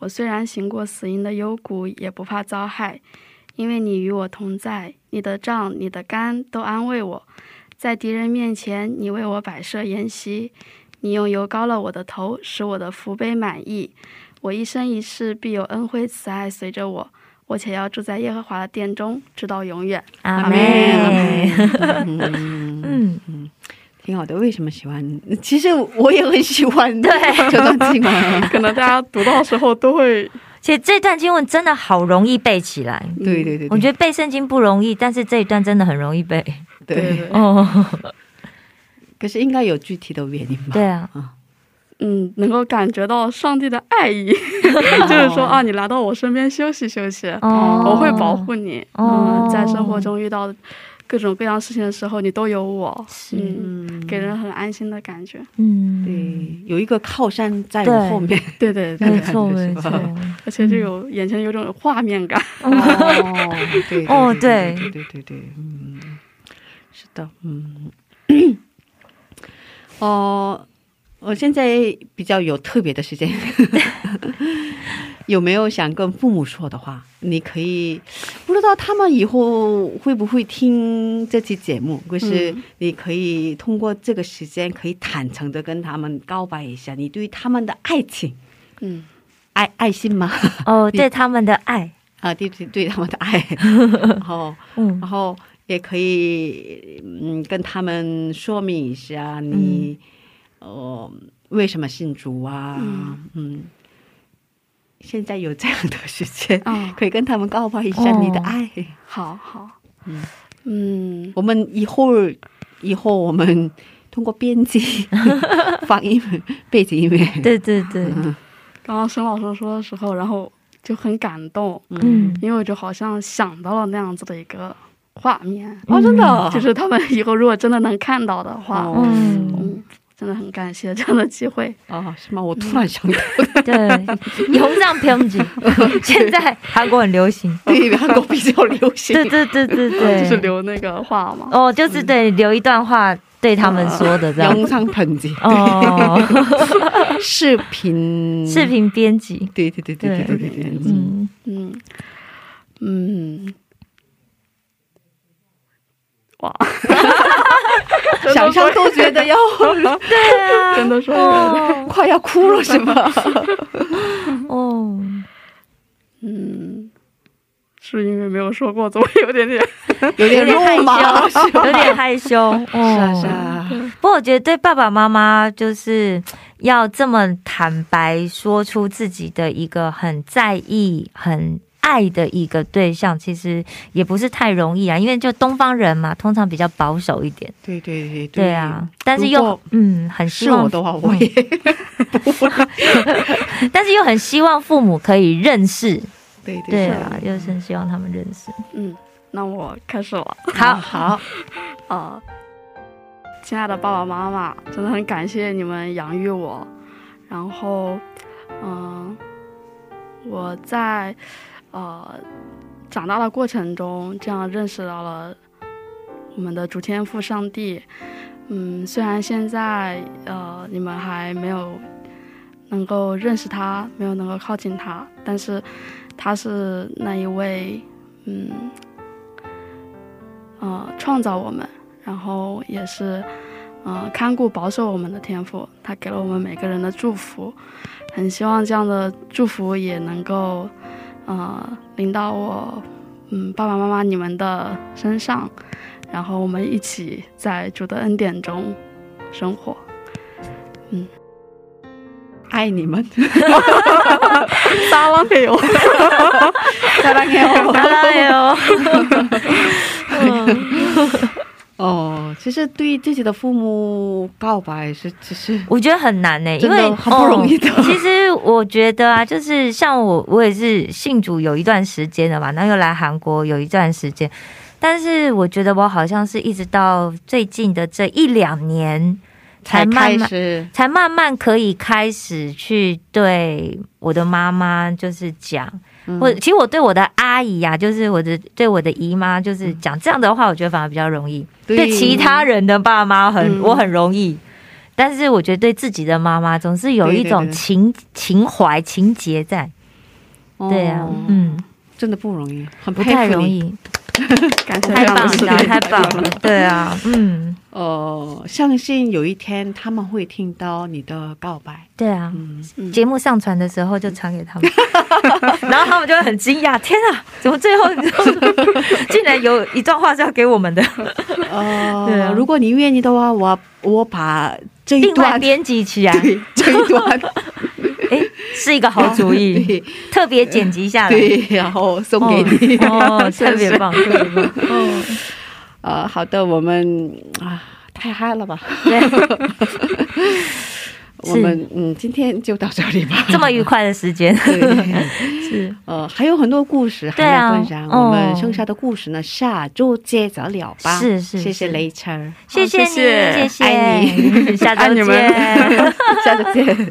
F: 我虽然行过死荫的幽谷，也不怕遭害，因为你与我同在。你的杖、你的竿都安慰我，在敌人面前，你为我摆设筵席。你用油膏了我的头，使我的福杯满意。我一生一世必有恩惠慈爱随着我。我且要住在耶和华的殿中，直到永远。
C: 阿
B: 阿
C: 妹
B: 妹，
C: 啊嗯，
B: 挺好的。为什么喜欢？其实我也很喜欢
C: 对
B: 这段经 文。
F: 可能大家读到的时候都会，
C: 其实这段经文真的好容易背起来。
B: 对对对，
C: 我觉得背圣经不容易，但是这一段真的很容易背。
B: 得对。
C: 哦，
B: 可是应该有具体的原因吧？
C: 对啊，
F: 嗯，能够感觉到上帝的爱意， 就是说啊，你来到我身边休息休息，
C: 哦，
F: 我会保护你。
C: 哦
F: 嗯，在生活中遇到各种各样事情的时候，你都有我。
C: 是
F: 嗯，给人很安心的感觉。
C: 嗯，
B: 对，有一个靠山在我后面。
F: 对对对，
C: 没错没错。
F: 嗯而且就有眼前有种画面感。
B: 哦，对，
C: 哦
B: 对，对
C: 对
B: 对对对，嗯，是的，嗯， 哦，我现在比较有特别的时间， 有没有想跟父母说的话？你可以不知道他们以后会不会听这期节目，可是你可以通过这个时间，可以坦诚的跟他们告白一下你对他们的爱情，
F: 嗯，
B: 爱爱心吗？
C: 哦，对他们的爱，
B: 啊，对对对他们的 爱，哦然后
C: 嗯
B: 然后也可以嗯跟他们说明一下你、呃为什么信主啊，嗯。现在有这样的时间，
F: 啊
B: 可以跟他们告白一下你的
C: 哦
B: 爱。
F: 好好。嗯
B: 我们以后以后我们通过编辑放音乐背景音乐，
C: 对对对，
F: 刚刚沈老师说的时候，然后就很感动。
C: 嗯，
F: 因为我就好像想到了那样子的一个画面，
B: 哦，真的，
F: 就是他们以后如果真的能看到的话，
B: 哦
C: 嗯，
F: 嗯，真的很感谢这样的机会。
B: 哦，是吗？我突然想到，
C: 对， 红上偏景，现在韩国很流行，
B: 对韩国比较流行，
C: 对对对对对，
F: 就是留那个话嘛，
C: 哦，就是对留一段话对他们说的这样。
B: 영상편지
C: 哦，
B: 视频，
C: 视，频编辑，
B: 对对对对对对对对，嗯，
C: 嗯，
F: 嗯嗯，哇，
B: 想象都觉得要
F: 真的说
C: 哦
B: 快要哭了， 是吧？
C: 哦，
F: 嗯，是因为没有说过，总会有点点，
B: 有点
C: 有点害
B: 肉麻，
C: 羞， 有点害 羞，哦，
B: 是啊，
C: 不过我觉得对爸爸妈妈就是要这么坦白说出自己的一个很在意、很爱的一个对象，其实也不是太容易啊，因为就东方人嘛，通常比较保守一点，
B: 对对对
C: 对啊，，但是又
B: 果
C: 嗯很希
B: 是我
C: 望，
B: 的话，我也
C: 但是又很希望父母可以认识，
B: 对对
C: 对啊，又是很希望他们认 识。
F: 嗯，那我开始了。
C: 好
B: 好，
F: 呃，亲爱的爸爸妈妈，真的很感谢你们养育我，然后，嗯、我呃我在呃长大的过程中，这样认识到了我们的主天父上帝。嗯，虽然现在呃你们还没有能够认识他，没有能够靠近他，但是他是那一位嗯呃创造我们，然后也是呃看顾保守我们的天赋，他给了我们每个人的祝福。很希望这样的祝福也能够，呃，临到我，嗯，爸爸妈妈你们的身上，然后我们一起在主的恩典中生活。
B: 爱你 们，
F: 撒浪嘿哟，
B: 사랑해요
C: 哎呦，
B: 哦，其实对自己的父母告白是，其实
C: 我觉得很难呢、因
B: 真的
C: 为
B: 很不容易的
C: 哦其实我觉得啊，就是像我，我也是信主有一段时间了嘛，然后又来韩国有一段时间，但是我觉得我好像是一直到最近的这一两年才慢
B: 开
C: 慢。
B: 始
C: 才慢慢可以开始去对我的妈妈就是讲，
B: 嗯
C: 或者其实我对我的阿姨呀、就是我的对我的姨妈就是
B: 嗯
C: 讲这样的话，我觉得反而比较容易。对其他人的爸妈很、
B: 嗯
C: 我很容易，但是我觉得对自己的妈妈总是有一
B: 对对
C: 种
B: 对
C: 情情怀情结在。对啊，
B: 哦
C: 嗯，
B: 真的不容易，很
C: 不
B: 佩服
C: 太
B: 你
C: 容。易，
F: 感谢
C: 太
F: 这样
C: 棒
F: 的
C: 了
F: 事，
C: 太棒 了，对啊，嗯，
B: 哦，相信有一天他们会听到你的告白。
C: 对啊。
B: 嗯，
C: 节目上传的时候就传给他们， 然后他们就会很惊讶， 天啊，怎么最后你就 竟然有一段话是要给我们的？对啊
B: 哦，如果你愿意的话，我我把这 一
C: 另外
B: 段，
C: 编辑起来，
B: 对这一 段，
C: 哎，是一个好 主意，特别剪辑下来，
B: 对，然后送给你。
C: 哦， 哦特别棒，特别棒，哦，
B: 呃，好的，我们啊，太嗨了吧？
C: 对，
B: 我们嗯，今天就到这里吧。
C: 这么愉快的时间，
B: 对
C: 是，
B: 呃，还有很多故事还
C: 对啊
B: 要分享，
C: 哦
B: 我们剩下的故事呢，下周接着聊吧。
C: 是是
B: 谢谢
C: 是
B: 雷晨 儿，
C: 谢谢你，谢
F: 谢
C: 谢，
B: 爱你
C: 下
F: 爱
C: 周
F: 你们
C: 见。
B: 下周见。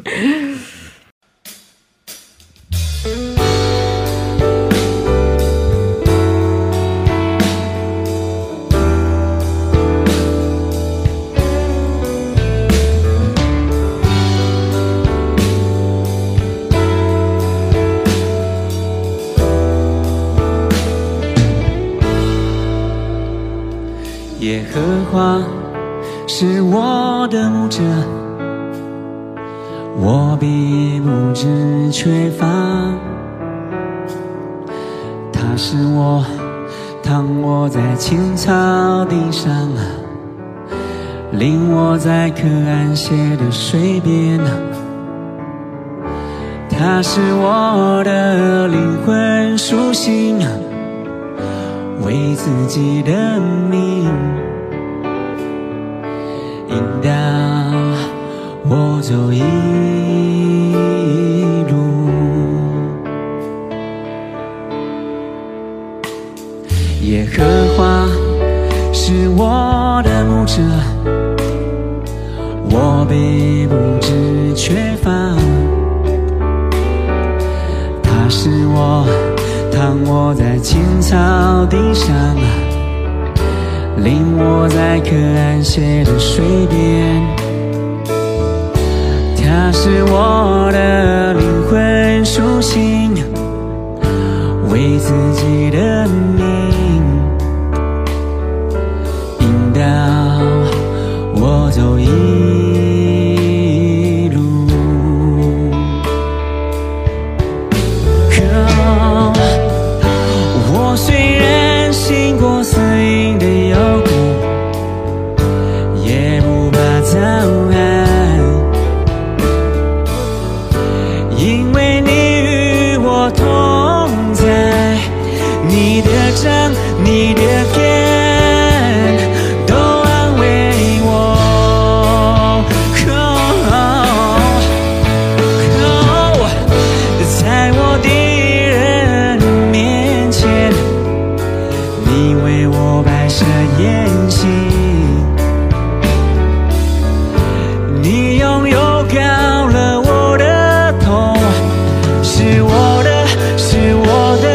D: 耶和华是我的牧者，我必不知缺乏。他是我躺卧在青草地上，啊领我在可安歇的水边。啊他是我的灵魂啊苏醒。为自己的命引导我走一路。耶和华是我的牧者，我并不知缺乏。他是我躺卧在青草地上，啊领我在可安歇的水边。他是我的灵魂苏醒，为自己的命引导我走一路。可我虽然行过死荫的幽谷，也不怕遭害，因为你与我同在，你的杖，你的竿。都安慰我。可在我敌人面前，你为我摆设宴席，你用油膏了我的头，是我的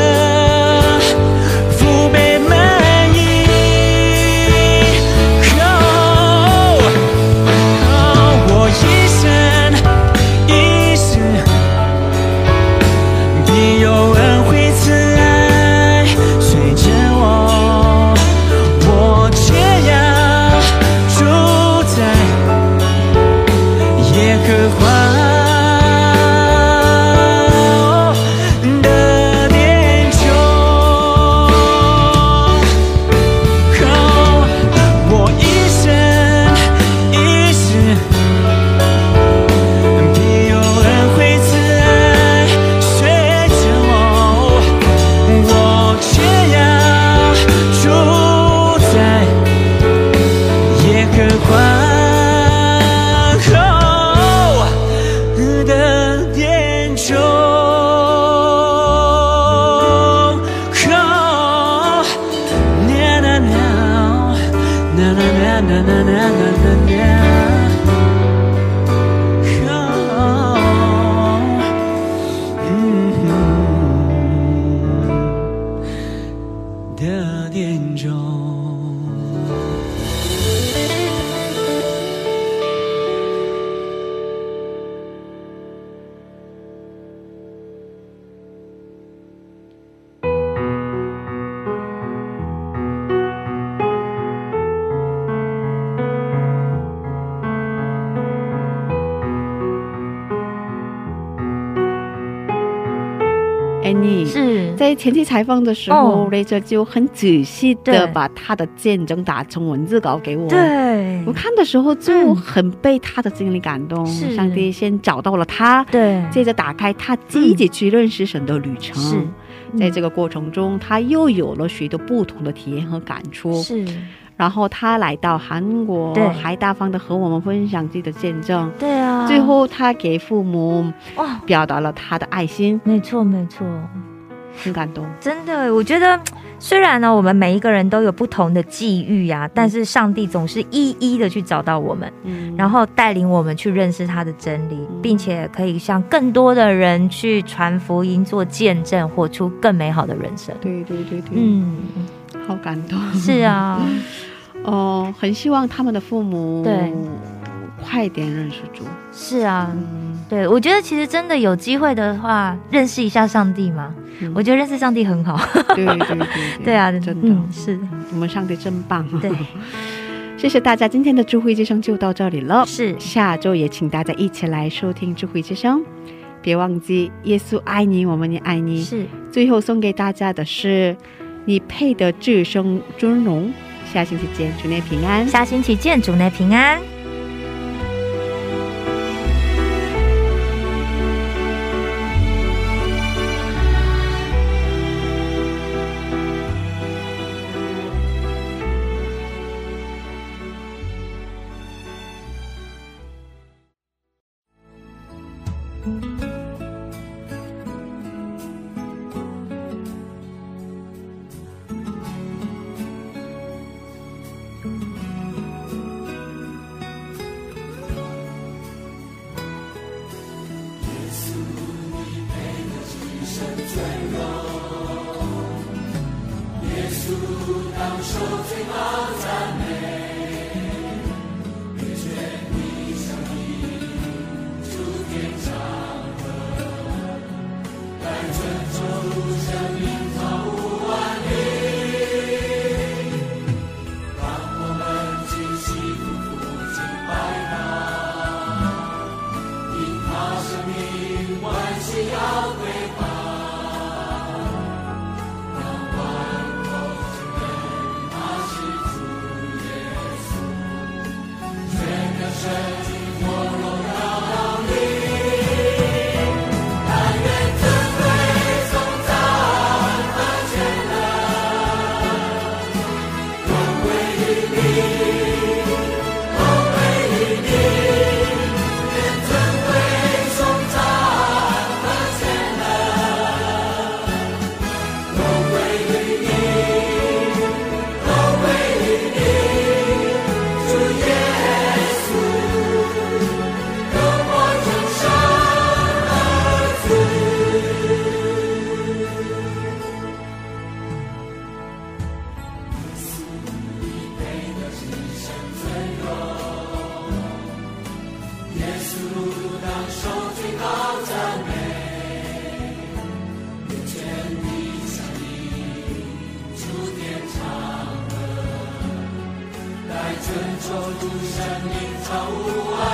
D: 嗯
B: Annie
C: 是
B: 哎在前期采访的时候
C: 哦
B: ，Rachel 就很仔细的
C: 对
B: 把他的见证打成文字稿给我。
C: 对
B: 我看的时候就
C: 嗯
B: 很被他的经历感动，
C: 是
B: 上帝先找到了他，
C: 对
B: 接着打开他自己去认识神的旅程。
C: 是嗯
B: 在这个过程中，他又有了许多不同的体验和感触。
C: 是，
B: 然后他来到韩国
C: 对，
B: 还大方的和我们分享自己的见证。
C: 对啊，
B: 最后，他给父母
C: 哇，
B: 表达了他的爱心，
C: 没错没错，
B: 很感动。
C: 真的，我觉得虽然呢，我们每一个人都有不同的际遇啊，但是上帝总是一一的去找到我们，
B: 嗯，
C: 然后带领我们去认识他的真理，并且可以向更多的人去传福音、做见证，活出更美好的人生。
B: 对对对对，
C: 嗯，
B: 好感动。
C: 是啊，
B: 哦，很希望他们的父母
C: 对
B: 快点认识主。嗯
C: 是啊，对，我觉得其实真的有机会的话，认识一下上帝嘛，
B: 嗯
C: 我觉得认识上帝很好。
B: 对对对对，
C: 对啊，
B: 真的，
C: 嗯是的，
B: 我们上帝真棒。啊
C: 对，
B: 谢谢大家，今天的智慧之声就到这里了。
C: 是
B: 下周也请大家一起来收听智慧之声，别忘记耶稣爱你，我们也爱你。
C: 是，
B: 最后送给大家的是，你配得至圣尊荣。下星期见，祝你平安。
C: 下星期见，主内平安。
G: 走入生命草原。